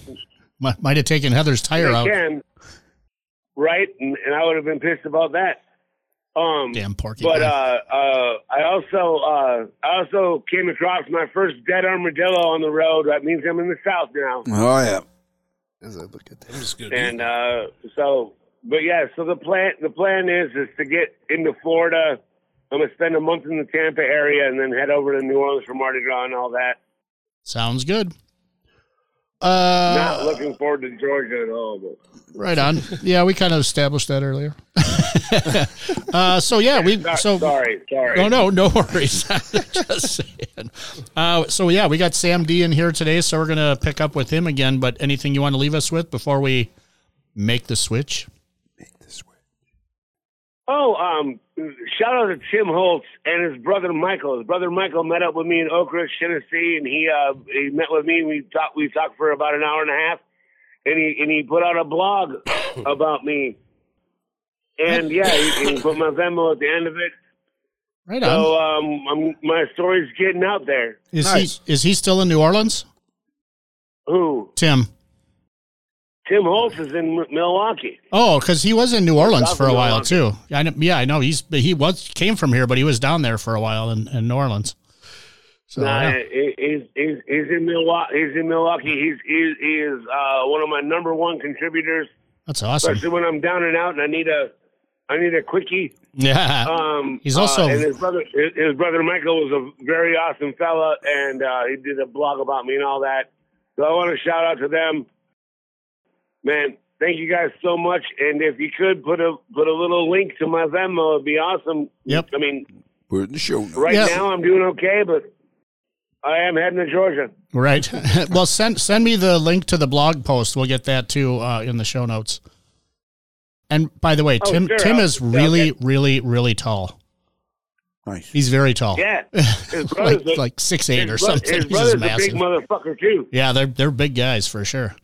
[SPEAKER 1] Mi- Might have taken Heather's
[SPEAKER 5] they
[SPEAKER 1] tire out.
[SPEAKER 5] can, right? And, and I would have been pissed about that. Um,
[SPEAKER 1] Damn porcupine.
[SPEAKER 5] but uh, uh, I also uh, I also came across my first dead armadillo on the road. That means I'm in the south now.
[SPEAKER 2] Oh yeah.
[SPEAKER 4] As I look at that.
[SPEAKER 3] It was good.
[SPEAKER 5] And uh, so, but yeah, so the plan the plan is is to get into Florida. I'm gonna spend a month in the Tampa area and then head over to New Orleans for Mardi Gras and all that.
[SPEAKER 1] Sounds good. Uh,
[SPEAKER 5] Not looking forward to Georgia at all. But
[SPEAKER 1] Right on. Yeah, we kind of established that earlier. uh, so yeah, we
[SPEAKER 5] Sorry-
[SPEAKER 1] so
[SPEAKER 5] sorry, sorry.
[SPEAKER 1] no no no worries. Just saying. Uh, so yeah, we got Sam D in here today, so we're gonna pick up with him again. But anything you want to leave us with before we make the switch?
[SPEAKER 5] Oh, um, shout out to Tim Holtz and his brother Michael. His brother Michael met up with me in Oak Ridge, Tennessee, and he uh, he met with me. We talked we talked for about an hour and a half, and he and he put out a blog about me. And yeah, he, he put my Venmo at the end of it.
[SPEAKER 1] Right on.
[SPEAKER 5] So um, I'm, my story's getting out there.
[SPEAKER 1] is
[SPEAKER 2] nice.
[SPEAKER 1] he is he still in New Orleans?
[SPEAKER 5] Who?
[SPEAKER 1] Tim.
[SPEAKER 5] Tim Holtz is in M- Milwaukee.
[SPEAKER 1] Oh, because he was in New Orleans
[SPEAKER 5] South
[SPEAKER 1] for a
[SPEAKER 5] of
[SPEAKER 1] while
[SPEAKER 5] Milwaukee.
[SPEAKER 1] too. I know, yeah, I know. He's he was came from here, but he was down there for a while in, in New Orleans. So
[SPEAKER 5] Nah,
[SPEAKER 1] yeah.
[SPEAKER 5] he- he's, he's, he's in Milwaukee. He's in Milwaukee. He's he, he is uh, one of my number one contributors.
[SPEAKER 1] that's awesome.
[SPEAKER 5] especially when I'm down and out and I need a I need a quickie.
[SPEAKER 1] Yeah.
[SPEAKER 5] Um,
[SPEAKER 1] He's also-
[SPEAKER 5] uh, and his brother his, his brother Michael was a very awesome fella, and uh, he did a blog about me and all that. So I want to shout out to them, man. Thank you guys so much, and if you could put a put a little link to my Venmo, it'd be awesome.
[SPEAKER 1] Yep.
[SPEAKER 5] I mean,
[SPEAKER 2] We're in the show notes.
[SPEAKER 5] right
[SPEAKER 1] Yeah.
[SPEAKER 5] now I'm doing okay, but I am heading to Georgia.
[SPEAKER 1] Right. well, send send me the link to the blog post. We'll get that too uh, in the show notes. And by the way,
[SPEAKER 5] Oh,
[SPEAKER 1] Tim
[SPEAKER 5] sure.
[SPEAKER 1] Tim
[SPEAKER 5] I'll-
[SPEAKER 1] is
[SPEAKER 5] yeah,
[SPEAKER 1] really, really, really tall.
[SPEAKER 2] Nice.
[SPEAKER 1] He's very tall.
[SPEAKER 5] Yeah, his brother's
[SPEAKER 1] like
[SPEAKER 5] a-
[SPEAKER 1] like six eight
[SPEAKER 5] his
[SPEAKER 1] or
[SPEAKER 5] bro-
[SPEAKER 1] something.
[SPEAKER 5] His
[SPEAKER 1] He's just
[SPEAKER 5] brother's a
[SPEAKER 1] massive.
[SPEAKER 5] big motherfucker too.
[SPEAKER 1] yeah, they're they're big guys for sure.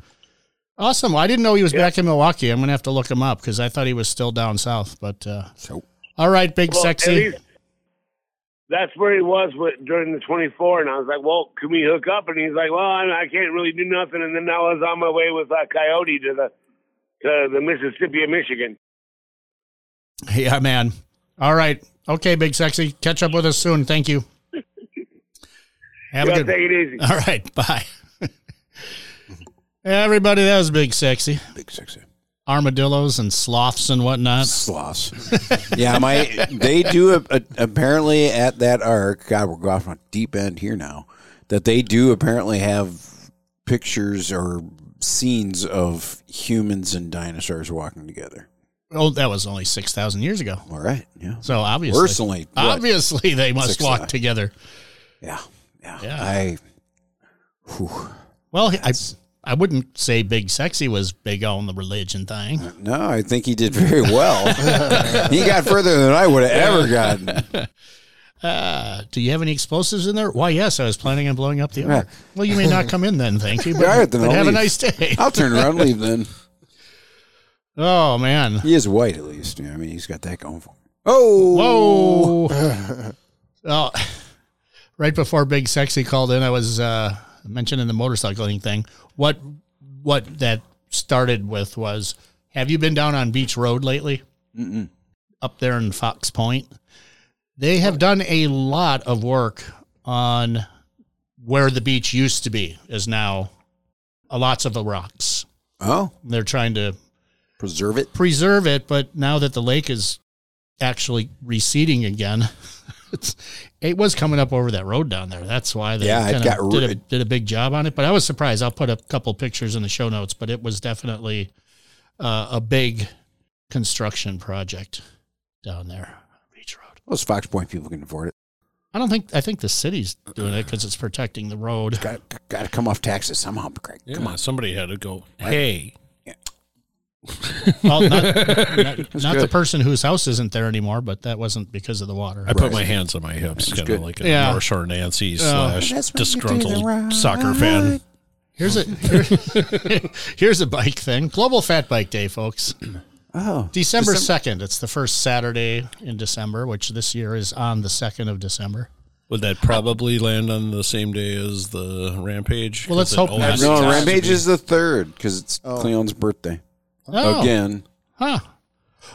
[SPEAKER 1] Awesome. Well, I didn't know he was back in Milwaukee. I'm gonna have to look him up because I thought he was still down south. But uh,
[SPEAKER 2] So
[SPEAKER 1] all right, big
[SPEAKER 5] Well,
[SPEAKER 1] sexy.
[SPEAKER 5] at least that's where he was with, during the 24, and I was like, "Well, can we hook up?" And he's like, "Well, I, I can't really do nothing." And then I was on my way with uh, Coyote to the to the Mississippi of Michigan.
[SPEAKER 1] Yeah, man. All right. Okay, big sexy. Catch up with us soon. Thank you. Have
[SPEAKER 5] Y'all
[SPEAKER 1] a good
[SPEAKER 5] take it easy.
[SPEAKER 1] All right, bye. Everybody, that was big sexy.
[SPEAKER 2] big sexy.
[SPEAKER 1] Armadillos and sloths and whatnot.
[SPEAKER 2] Sloths. yeah, my they do a, a, apparently at that arc. God, we're off on a deep end here now. That they do apparently have pictures or scenes of humans and dinosaurs walking together.
[SPEAKER 1] Oh, that was only 6,000 years ago.
[SPEAKER 2] All right. Yeah.
[SPEAKER 1] So obviously,
[SPEAKER 2] We're only what?
[SPEAKER 1] obviously they must
[SPEAKER 2] Six,
[SPEAKER 1] walk
[SPEAKER 2] uh,
[SPEAKER 1] together.
[SPEAKER 2] Yeah. Yeah.
[SPEAKER 1] Yeah.
[SPEAKER 2] I. whew.
[SPEAKER 1] Well, I, I wouldn't say Big Sexy was big on the religion thing.
[SPEAKER 2] No, I think he did very well. he got further than I would have ever gotten.
[SPEAKER 1] Uh, do you have any explosives in there? Why, yes, I was planning on blowing up the
[SPEAKER 2] Yeah.
[SPEAKER 1] ark. Well, you may not come in then, thank you. But,
[SPEAKER 2] All right, then
[SPEAKER 1] but
[SPEAKER 2] I'll
[SPEAKER 1] have a
[SPEAKER 2] leave.
[SPEAKER 1] nice day.
[SPEAKER 2] I'll turn around and leave then.
[SPEAKER 1] Oh, man.
[SPEAKER 2] He is white at least. You know, I mean, he's got that going for him.
[SPEAKER 1] Whoa.
[SPEAKER 2] Oh,
[SPEAKER 1] Oh. well, right before Big Sexy called in, I was uh, mentioning the motorcycling thing. What what that started with was have you been down on Beach Road lately?
[SPEAKER 2] Mm-mm.
[SPEAKER 1] Up there in Fox Point. They have done a lot of work on where the beach used to be is now uh, lots of the rocks.
[SPEAKER 2] Oh,
[SPEAKER 1] They're trying to
[SPEAKER 2] preserve it.
[SPEAKER 1] preserve it, but now that the lake is actually receding again, it's, it was coming up over that road down there. That's why they
[SPEAKER 2] Yeah, it
[SPEAKER 1] kinda
[SPEAKER 2] got ru-
[SPEAKER 1] did, a, did a big job on it. But I was surprised. I'll put a couple pictures in the show notes, but it was definitely uh, a big construction project down there on Beach Road.
[SPEAKER 2] Those Fox Point people can afford it.
[SPEAKER 1] I don't think I think the city's doing it because it's protecting the road.
[SPEAKER 2] Got got to come off taxes somehow, Craig.
[SPEAKER 3] Yeah,
[SPEAKER 2] Come on.
[SPEAKER 3] somebody had to go. Hey,
[SPEAKER 1] Well, not not, not the
[SPEAKER 2] good.
[SPEAKER 1] person whose house isn't there anymore, but that wasn't because of the water.
[SPEAKER 3] I put
[SPEAKER 2] Right.
[SPEAKER 3] my hands on my hips, kind
[SPEAKER 2] good.
[SPEAKER 3] of like a
[SPEAKER 1] Yeah.
[SPEAKER 3] North Shore Nancy
[SPEAKER 2] That's
[SPEAKER 3] slash
[SPEAKER 2] when you do the
[SPEAKER 3] disgruntled
[SPEAKER 2] right.
[SPEAKER 3] soccer fan.
[SPEAKER 1] Here's a here- here's a bike thing. Global Fat Bike Day, folks.
[SPEAKER 2] Oh,
[SPEAKER 1] December second. It's the first Saturday in December, which this year is on the second of December.
[SPEAKER 3] Would that probably land on the same day as the Rampage?
[SPEAKER 1] Well, let's
[SPEAKER 3] 'Cause it
[SPEAKER 1] hope not.
[SPEAKER 3] always
[SPEAKER 2] no,
[SPEAKER 3] has to
[SPEAKER 2] Rampage
[SPEAKER 3] be.
[SPEAKER 2] is the third because it's Cleon's birthday
[SPEAKER 1] Oh,
[SPEAKER 2] again.
[SPEAKER 1] huh.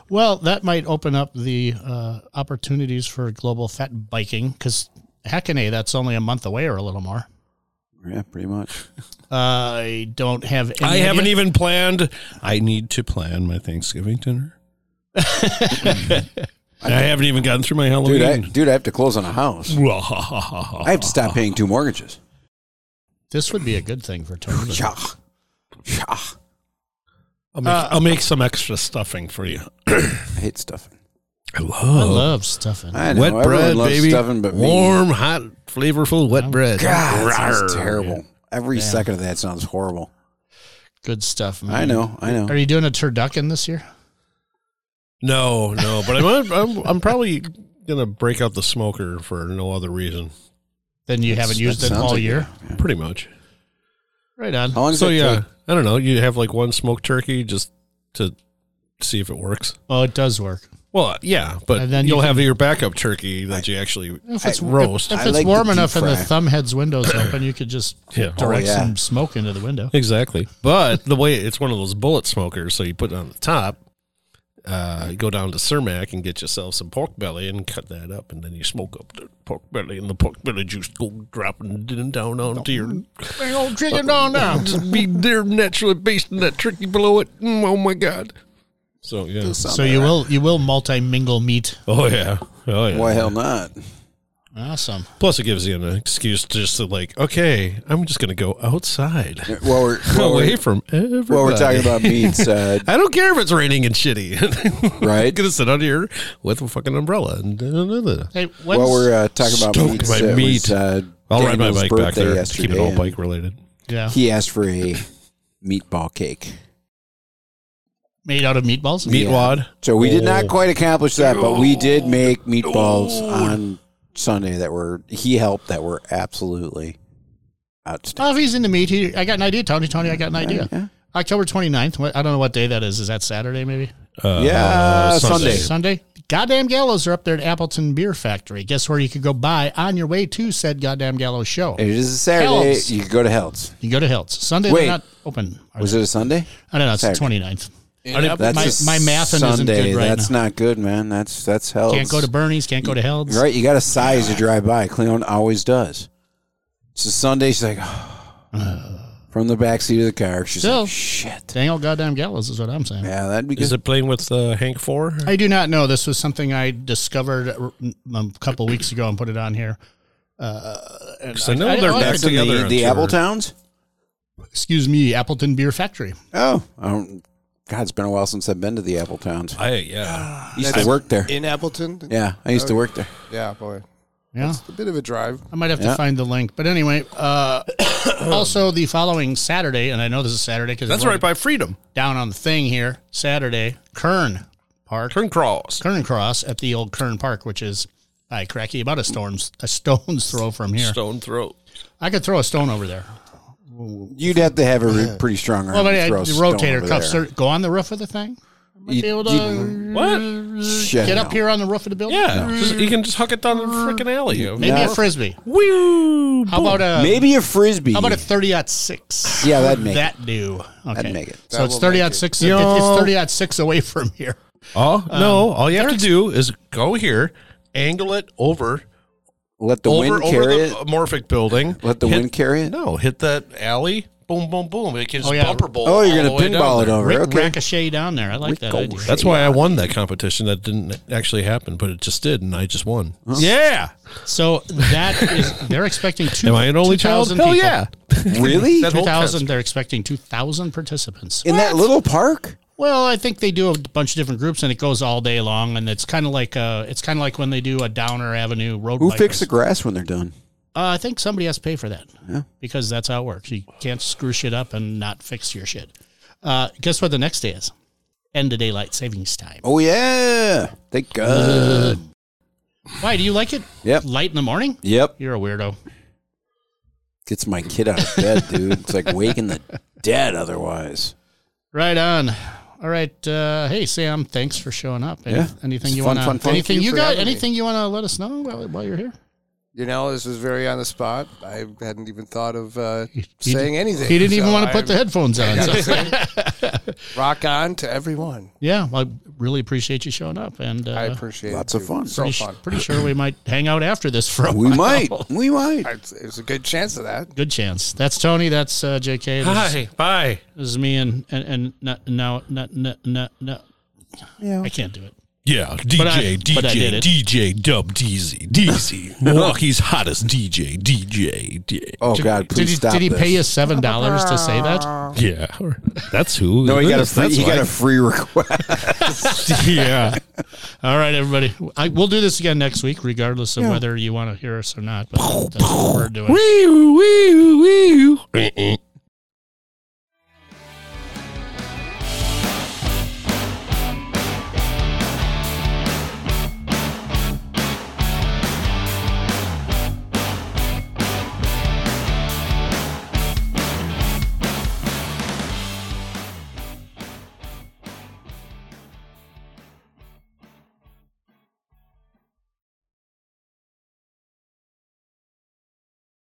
[SPEAKER 1] Well, that might open up the uh, opportunities for global fat biking because Heckanay, that's only a month away or a little more.
[SPEAKER 2] Yeah, pretty much.
[SPEAKER 1] I don't have. Any
[SPEAKER 3] I haven't
[SPEAKER 1] idea.
[SPEAKER 3] even planned. I need to plan my Thanksgiving dinner. And I haven't even gotten through my
[SPEAKER 2] Dude, I,
[SPEAKER 3] Halloween.
[SPEAKER 2] dude, I have to close on a house. I have to stop paying two mortgages.
[SPEAKER 1] This would be a good thing for Tony.
[SPEAKER 2] Yeah. Yeah.
[SPEAKER 3] I'll make, I'll make some extra stuffing for you.
[SPEAKER 2] I hate stuffing.
[SPEAKER 3] I love,
[SPEAKER 1] I love stuffing.
[SPEAKER 2] I know.
[SPEAKER 3] wet
[SPEAKER 2] everyone
[SPEAKER 3] bread,
[SPEAKER 2] loves
[SPEAKER 3] baby.
[SPEAKER 2] stuffing, but me.
[SPEAKER 3] Warm, hot, flavorful wet bread.
[SPEAKER 2] God, that sounds
[SPEAKER 3] Rawr.
[SPEAKER 2] terrible. Every
[SPEAKER 1] Damn.
[SPEAKER 2] second of that sounds horrible.
[SPEAKER 1] Good stuff, man.
[SPEAKER 2] I know. I know.
[SPEAKER 1] Are you doing a turducken this year?
[SPEAKER 3] No, no, but I'm, I'm I'm probably gonna break out the smoker for no other reason.
[SPEAKER 1] Then you haven't used
[SPEAKER 2] That
[SPEAKER 1] it
[SPEAKER 2] sounds
[SPEAKER 1] all
[SPEAKER 2] like Oh,
[SPEAKER 1] year.
[SPEAKER 2] Yeah.
[SPEAKER 3] Pretty much.
[SPEAKER 1] Right on.
[SPEAKER 2] How long does
[SPEAKER 3] So
[SPEAKER 2] it
[SPEAKER 3] yeah,
[SPEAKER 2] take?
[SPEAKER 3] I don't know. You have like one smoked turkey just to see if it works.
[SPEAKER 1] Oh, it does work.
[SPEAKER 3] Well, yeah, but
[SPEAKER 1] And then you
[SPEAKER 3] you'll
[SPEAKER 1] can-
[SPEAKER 3] have your backup turkey that you actually
[SPEAKER 1] If it's,
[SPEAKER 3] I- roast.
[SPEAKER 1] if,
[SPEAKER 2] I
[SPEAKER 1] it's
[SPEAKER 2] like
[SPEAKER 1] warm
[SPEAKER 2] the deep
[SPEAKER 1] enough and the
[SPEAKER 2] fry.
[SPEAKER 1] thumbhead's windows open, you could just
[SPEAKER 3] Yeah.
[SPEAKER 1] direct
[SPEAKER 3] Oh,
[SPEAKER 2] yeah.
[SPEAKER 1] some smoke into the window.
[SPEAKER 3] exactly. But the way it's one of those bullet smokers, so you put it on the top. Uh, you go down to Cermak and get yourself some pork belly and cut that up, and then you smoke up the pork belly, and the pork belly juice go dropping d- down onto your.
[SPEAKER 1] Big old chicken down now.
[SPEAKER 3] Just be there naturally based on that turkey below it. Mm, oh my god! So yeah.
[SPEAKER 2] Sounds
[SPEAKER 1] So you will you will multi mingle meat.
[SPEAKER 3] Oh yeah. Oh yeah.
[SPEAKER 2] Why hell not?
[SPEAKER 1] Awesome.
[SPEAKER 3] Plus, it gives you an excuse to just to like, okay, I'm just gonna go outside.
[SPEAKER 2] Well, we're, well,
[SPEAKER 3] away
[SPEAKER 2] we're,
[SPEAKER 3] from everybody.
[SPEAKER 2] well, we're talking about meats, uh,
[SPEAKER 3] I don't care if it's raining and shitty. I'm
[SPEAKER 2] right?
[SPEAKER 3] gonna sit out here with a fucking umbrella and da- da- da- da.
[SPEAKER 1] Hey, when's,
[SPEAKER 2] Well, we're uh, talking about
[SPEAKER 3] Stoked
[SPEAKER 2] meats.
[SPEAKER 3] by
[SPEAKER 2] it was,
[SPEAKER 3] meat.
[SPEAKER 2] uh,
[SPEAKER 3] I'll ride my
[SPEAKER 2] Daniel's
[SPEAKER 3] bike back
[SPEAKER 2] birthday
[SPEAKER 3] there. to
[SPEAKER 2] Yesterday,
[SPEAKER 3] Keep it all
[SPEAKER 2] and
[SPEAKER 3] bike related.
[SPEAKER 1] yeah,
[SPEAKER 2] He asked for a meatball cake.
[SPEAKER 1] made out of meatballs.
[SPEAKER 3] Meat
[SPEAKER 2] Yeah.
[SPEAKER 3] wad.
[SPEAKER 2] So we did not
[SPEAKER 3] Oh.
[SPEAKER 2] quite accomplish that, but we did make meatballs on Sunday that were he helped that were absolutely outstanding.
[SPEAKER 1] Oh, if he's into meat, he, I got an idea, Tony. Tony, I got an idea.
[SPEAKER 2] Yeah.
[SPEAKER 1] October 29th. What, I don't know what day that is. Is that Saturday? Maybe
[SPEAKER 3] Uh,
[SPEAKER 2] Yeah, Sunday.
[SPEAKER 1] Sunday. Goddamn Gallows are up there at Appleton Beer Factory. Guess where you could go buy on your way to said Goddamn Gallows show.
[SPEAKER 2] It is a Saturday.
[SPEAKER 1] Helps.
[SPEAKER 2] You could go to Helts.
[SPEAKER 1] You go to Hilts. Sunday
[SPEAKER 2] Wait.
[SPEAKER 1] they're not open. Are
[SPEAKER 2] Was it a Sunday?
[SPEAKER 1] they? I don't know. It's the
[SPEAKER 2] Saturday.
[SPEAKER 1] 29th.
[SPEAKER 2] That's
[SPEAKER 1] My-
[SPEAKER 2] a
[SPEAKER 1] my math isn't good
[SPEAKER 2] Sunday.
[SPEAKER 1] right
[SPEAKER 2] that's
[SPEAKER 1] now.
[SPEAKER 2] not good, man. That's that's Helts.
[SPEAKER 1] Can't go to Bernie's. Can't go to Held's.
[SPEAKER 2] Right, you got to size to drive by. Cleon always does. It's a Sunday. She's like, from the back seat of the car. She's
[SPEAKER 1] So-
[SPEAKER 2] like, shit.
[SPEAKER 1] Dang old goddamn gallows is what I'm saying.
[SPEAKER 2] Yeah, that'd be
[SPEAKER 3] Is
[SPEAKER 2] good.
[SPEAKER 3] it playing with uh, Hank Four?
[SPEAKER 1] I do not know. This was something I discovered a a couple weeks ago and put it on here. Uh, and
[SPEAKER 3] I know they're
[SPEAKER 1] like
[SPEAKER 3] back
[SPEAKER 1] it.
[SPEAKER 2] Next to
[SPEAKER 3] together
[SPEAKER 2] the,
[SPEAKER 3] on
[SPEAKER 2] the
[SPEAKER 3] tour.
[SPEAKER 2] Apple Towns.
[SPEAKER 1] Excuse me, Appleton Beer Factory.
[SPEAKER 2] Oh, I don't, God, it's been a while since I've been to the Apple Towns. I
[SPEAKER 3] I yeah.
[SPEAKER 2] used
[SPEAKER 4] That's-
[SPEAKER 2] to work there.
[SPEAKER 4] in Appleton.
[SPEAKER 2] Yeah, I used to work there.
[SPEAKER 4] yeah, boy,
[SPEAKER 1] Yeah,
[SPEAKER 4] a bit of a drive.
[SPEAKER 1] I might have to
[SPEAKER 2] Yeah.
[SPEAKER 1] find the link. But anyway, uh, also the following Saturday, and I know this is Saturday because
[SPEAKER 3] That's right by Freedom.
[SPEAKER 1] down on the thing here. Saturday, Kern Park,
[SPEAKER 3] Turn cross.
[SPEAKER 1] Kern Cross at the old Kern Park, which is Hi, cracky, about a stone's a stone's throw from here.
[SPEAKER 3] Stone throat.
[SPEAKER 1] I could throw a stone over there.
[SPEAKER 2] You'd have to have a re- pretty strong arm.
[SPEAKER 1] Well, but
[SPEAKER 2] to
[SPEAKER 1] I, the
[SPEAKER 2] throw a stone
[SPEAKER 1] rotator
[SPEAKER 2] over
[SPEAKER 1] cuffs
[SPEAKER 2] there.
[SPEAKER 1] are, go on the roof of the thing. I might
[SPEAKER 2] You-
[SPEAKER 1] be able to
[SPEAKER 2] you-
[SPEAKER 1] Mm.
[SPEAKER 3] What?
[SPEAKER 2] Shit,
[SPEAKER 1] get
[SPEAKER 2] no.
[SPEAKER 1] up here on the roof of the building.
[SPEAKER 3] Yeah, just, you can just hook it down the
[SPEAKER 1] Mm.
[SPEAKER 3] freaking alley.
[SPEAKER 1] Maybe
[SPEAKER 2] No.
[SPEAKER 1] a frisbee.
[SPEAKER 3] Woo!
[SPEAKER 1] How about
[SPEAKER 3] uh,
[SPEAKER 1] a
[SPEAKER 2] Maybe a frisbee.
[SPEAKER 1] how about a thirty out six?
[SPEAKER 2] Yeah, that'd make
[SPEAKER 1] that do. Okay.
[SPEAKER 2] That'd make it.
[SPEAKER 1] So
[SPEAKER 4] That
[SPEAKER 1] it's
[SPEAKER 4] will
[SPEAKER 1] thirty
[SPEAKER 4] make
[SPEAKER 1] out
[SPEAKER 4] it.
[SPEAKER 1] six.
[SPEAKER 3] You
[SPEAKER 1] it-
[SPEAKER 3] know-
[SPEAKER 1] it's thirty out six away from here.
[SPEAKER 3] Oh
[SPEAKER 1] Um,
[SPEAKER 3] no! All you have to do is go here, angle it over,
[SPEAKER 2] let the
[SPEAKER 3] over,
[SPEAKER 2] wind carry
[SPEAKER 3] over
[SPEAKER 2] it.
[SPEAKER 3] the Morphic building.
[SPEAKER 2] Let the
[SPEAKER 3] Hit-
[SPEAKER 2] wind carry it.
[SPEAKER 3] No, hit that alley. Boom, boom, boom. It can just
[SPEAKER 1] Oh, yeah.
[SPEAKER 3] bumper bowl.
[SPEAKER 2] Oh, you're
[SPEAKER 3] all
[SPEAKER 2] gonna
[SPEAKER 3] the way down
[SPEAKER 2] pinball it
[SPEAKER 3] there.
[SPEAKER 2] over.
[SPEAKER 1] Rick
[SPEAKER 2] okay.
[SPEAKER 1] Ricochet down there. I like that idea.
[SPEAKER 3] That's why I won that competition. That didn't actually happen, but it just did, and I just won. Yeah.
[SPEAKER 1] So that is they're expecting two.
[SPEAKER 3] Am I an only child?
[SPEAKER 1] 2,000
[SPEAKER 3] Hell
[SPEAKER 1] people.
[SPEAKER 3] yeah.
[SPEAKER 2] Really?
[SPEAKER 3] That
[SPEAKER 1] Two
[SPEAKER 3] whole
[SPEAKER 1] thousand. They're expecting two thousand participants.
[SPEAKER 2] In that little park?
[SPEAKER 1] Well, I think they do a bunch of different groups, and it goes all day long. And it's kind of like uh, it's kind of like when they do a Downer Avenue road.
[SPEAKER 2] Who
[SPEAKER 1] bike
[SPEAKER 2] fixed the
[SPEAKER 1] race.
[SPEAKER 2] grass when they're done?
[SPEAKER 1] Uh, I think somebody has to pay for that
[SPEAKER 2] Yeah.
[SPEAKER 1] because that's how it works. You can't screw shit up and not fix your shit. Uh, guess what? The next day is end of daylight savings time.
[SPEAKER 2] Oh yeah. Thank God.
[SPEAKER 1] Why do you like it?
[SPEAKER 2] Yep.
[SPEAKER 1] Light in the morning.
[SPEAKER 2] Yep.
[SPEAKER 1] You're a weirdo.
[SPEAKER 2] Gets my kid out of bed, dude. It's like waking the dead otherwise.
[SPEAKER 1] Right on. All right. Uh, hey Sam, thanks for showing up. Any-
[SPEAKER 2] Yeah.
[SPEAKER 1] Anything
[SPEAKER 2] It's
[SPEAKER 1] you
[SPEAKER 2] fun,
[SPEAKER 1] want
[SPEAKER 2] fun,
[SPEAKER 1] to?
[SPEAKER 2] fun.
[SPEAKER 1] Anything
[SPEAKER 4] Thank
[SPEAKER 1] you
[SPEAKER 4] you for
[SPEAKER 1] got?
[SPEAKER 4] having me.
[SPEAKER 1] Anything you want to let us know while, while you're here?
[SPEAKER 4] You know, this is very on the spot. I hadn't even thought of uh,
[SPEAKER 1] he
[SPEAKER 4] saying anything.
[SPEAKER 1] He didn't even
[SPEAKER 4] so
[SPEAKER 1] want to put
[SPEAKER 4] I'm-
[SPEAKER 1] the headphones on. so-
[SPEAKER 4] rock on to everyone.
[SPEAKER 1] Yeah, well, I really appreciate you showing up, and uh,
[SPEAKER 4] I appreciate
[SPEAKER 2] Lots
[SPEAKER 4] it.
[SPEAKER 2] of fun.
[SPEAKER 4] So
[SPEAKER 1] pretty, sh-
[SPEAKER 4] fun.
[SPEAKER 1] pretty sure we might hang out after this for a
[SPEAKER 2] We
[SPEAKER 1] while.
[SPEAKER 2] might. We might.
[SPEAKER 4] It's, it's a good chance of that.
[SPEAKER 1] Good chance. That's Tony. That's uh, J.K. This, is-
[SPEAKER 3] Hi. Bye.
[SPEAKER 1] this is me, and and and no, no, no, no, no, no. I can't do it.
[SPEAKER 3] Yeah, DJ,
[SPEAKER 1] But I-
[SPEAKER 3] DJ,
[SPEAKER 1] but I did it.
[SPEAKER 3] DJ, Dub DZ, DZ, Milwaukee's hottest DJ, DJ, DJ.
[SPEAKER 2] Oh God, please
[SPEAKER 1] did he,
[SPEAKER 2] stop.
[SPEAKER 1] did he
[SPEAKER 2] this.
[SPEAKER 1] pay you seven dollars to say that?
[SPEAKER 3] Yeah, that's who.
[SPEAKER 2] No, he
[SPEAKER 3] it
[SPEAKER 2] got a
[SPEAKER 3] is,
[SPEAKER 2] free,
[SPEAKER 3] that's
[SPEAKER 2] he got
[SPEAKER 3] why.
[SPEAKER 2] a free request.
[SPEAKER 3] yeah.
[SPEAKER 1] All right, everybody. I, we'll do this again next week, regardless of whether you want to hear us or not. But that's what we're doing.
[SPEAKER 3] Wee wee wee.